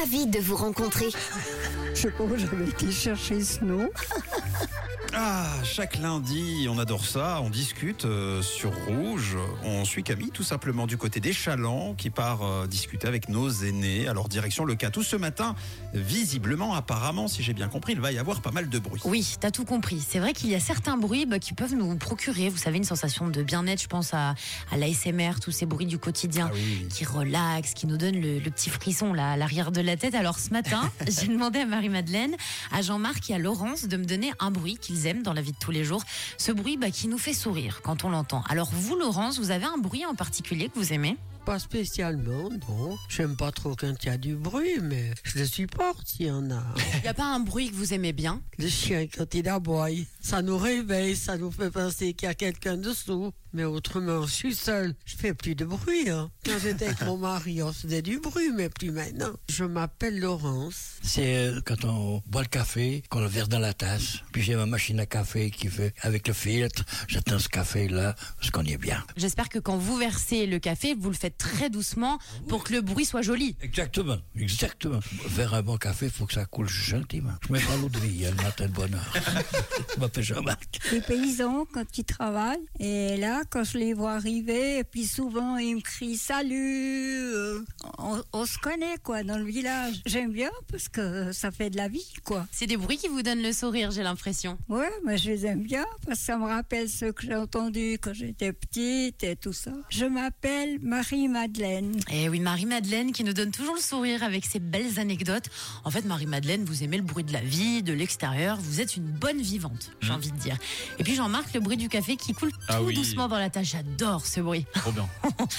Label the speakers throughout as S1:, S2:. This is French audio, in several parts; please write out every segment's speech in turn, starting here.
S1: ravie de vous rencontrer.
S2: Je sais pas où j'avais été chercher ce nom.
S3: Ah, chaque lundi, on adore ça, on discute euh, sur Rouge. On suit Camille tout simplement du côté des Chalands qui part euh, discuter avec nos aînés. Alors direction le Catou ce matin. Visiblement, apparemment, si j'ai bien compris, il va y avoir pas mal de bruit.
S4: Oui, t'as tout compris. C'est vrai qu'il y a certains bruits bah, qui peuvent nous procurer, vous savez, une sensation de bien-être. Je pense à, à l'ASMR, tous ces bruits du quotidien
S3: Ah oui.
S4: qui relaxent, qui nous donnent le, le petit frisson là, à l'arrière de la tête. Alors ce matin, j'ai demandé à Marie-Madeleine, à Jean-Marc et à Laurence de me donner un bruit qu'ils aiment dans la vie de tous les jours. Ce bruit bah, qui nous fait sourire quand on l'entend. Alors vous, Laurence, vous avez un bruit en particulier que vous aimez
S2: Pas spécialement, non. J'aime pas trop quand il y a du bruit, mais je le supporte s'il y en a.
S4: Il n'y a pas un bruit que vous aimez bien
S2: Le chien quand il aboie, ça nous réveille, ça nous fait penser qu'il y a quelqu'un dessous. Mais autrement, je suis seule, je fais plus de bruit. hein. Quand j'étais avec mon mari, on faisait du bruit, mais plus maintenant. Je m'appelle Laurence.
S5: C'est euh, quand on boit le café, qu'on le verse dans la tasse. Puis j'ai ma machine à café qui fait avec le filtre. J'attends ce café-là, parce qu'on y est bien.
S4: J'espère que quand vous versez le café, vous le faites très doucement pour que le bruit soit joli.
S5: Exactement, exactement. Faire un bon café, faut que ça coule gentiment. Je mets pas l'eau de vie, hein, le matin de bonne heure. je m'appelle Jean-Marc.
S6: les paysans quand ils travaillent. Et là, quand je les vois arriver, et puis souvent ils me crient salut. euh, On, on se connaît quoi dans le village. J'aime bien parce que ça fait de la vie quoi.
S4: C'est des bruits qui vous donnent le sourire, j'ai l'impression.
S6: Ouais, mais je les aime bien parce que ça me rappelle ce que j'ai entendu quand j'étais petite et tout ça. Je m'appelle Marie-Madeleine.
S4: Et Eh oui, Marie-Madeleine qui nous donne toujours le sourire avec ses belles anecdotes. En fait, Marie-Madeleine, vous aimez le bruit de la vie, de l'extérieur. Vous êtes une bonne vivante, j'ai envie de dire. Et puis Jean-Marc, le bruit du café qui coule tout
S7: Mmh. Ah oui.
S4: doucement dans la tasse. J'adore ce bruit.
S7: Trop bien.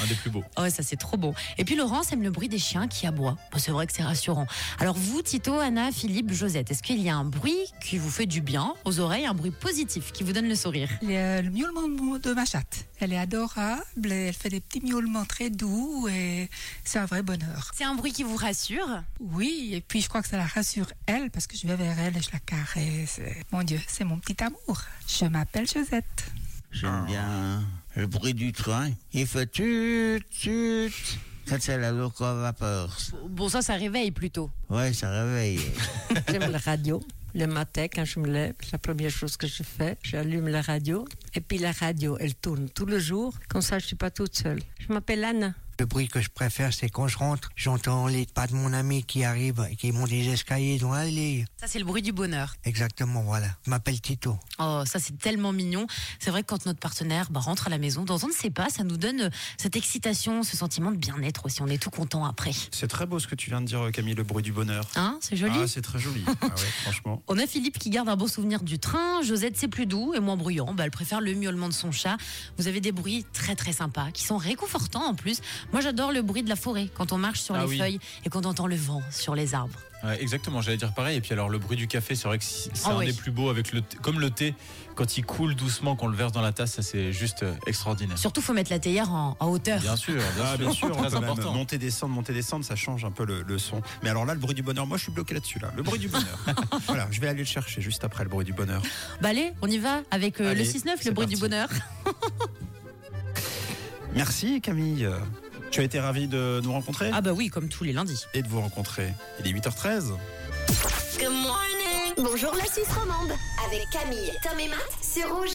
S7: Un des plus beaux.
S4: Oh, ça c'est trop beau. Et puis Laurence aime le bruit des chiens qui aboient. Bon, c'est vrai que c'est rassurant. Alors vous, Tito, Anna, Philippe, Josette, est-ce qu'il y a un bruit qui vous fait du bien aux oreilles, un bruit positif qui vous donne le sourire
S8: le, le miaulement de ma chatte. Elle est adorable, et elle fait des petits miaulements très doux et c'est un vrai bonheur.
S4: C'est un bruit qui vous rassure
S8: Oui, et puis je crois que ça la rassure elle parce que je vais vers elle et je la caresse. Mon Dieu, c'est mon petit amour. Je m'appelle Josette.
S9: J'aime bien euh, le bruit du train. Il fait tut, tut, quand c'est la loco à vapeur.
S4: Bon, ça, ça réveille plutôt.
S9: Ouais, ça réveille.
S2: J'aime la radio. Le matin, quand je me lève, la première chose que je fais, j'allume la radio. Et puis la radio, elle tourne tout le jour. Comme ça, je suis pas toute seule. Je m'appelle Anna.
S10: Le bruit que je préfère, c'est quand je rentre, j'entends les pas de mon ami qui arrive, qui monte les escaliers dans l'allée.
S4: Ça, c'est le bruit du bonheur.
S10: Exactement, voilà. Je m'appelle Tito.
S4: Oh, ça, c'est tellement mignon. C'est vrai que quand notre partenaire bah, rentre à la maison, dans on ne sait pas, ça nous donne euh, cette excitation, ce sentiment de bien-être aussi. On est tout content après.
S3: C'est très beau ce que tu viens de dire, Camille, le bruit du bonheur.
S4: Hein, c'est joli
S3: Ah, c'est très joli. Ah ouais, franchement.
S4: On a Philippe qui garde un beau souvenir du train. Josette, c'est plus doux et moins bruyant. Bah, elle préfère le miaulement de son chat. Vous avez des bruits très très sympas qui sont réconfortants en plus. Moi, j'adore le bruit de la forêt quand on marche sur
S7: Ah
S4: les
S7: oui.
S4: feuilles et quand on entend le vent sur les arbres.
S7: Ouais, exactement, j'allais dire pareil. Et puis alors le bruit du café, c'est vrai que si- c'est
S4: Ah
S7: un
S4: ouais.
S7: des plus beaux avec le thé- comme le thé quand il coule doucement, qu'on le verse dans la tasse, Ah, ça c'est juste euh, extraordinaire.
S4: Surtout, faut mettre la théière en, en hauteur.
S7: Bien sûr, bien
S3: Ah,
S7: sûr,
S3: bien sûr, on
S7: très
S3: peut même
S7: important.
S3: monter, descendre, monter, descendre, ça change un peu le, le son. Mais alors là, le bruit du bonheur, moi je suis bloqué là-dessus. Là. Le bruit du bonheur. voilà, je vais aller le chercher juste après le bruit du bonheur.
S4: Bah, allez, on y va avec euh,
S3: Allez,
S4: le 6-9,
S3: c'est
S4: le bruit
S3: parti.
S4: du bonheur.
S3: Merci Camille. Tu as été ravi de nous rencontrer
S4: Ah bah oui, comme tous les lundis.
S3: et de vous rencontrer. Il est 8h13.
S1: Bonjour la Suisse romande avec Camille, Tom et Matt sur Rouge.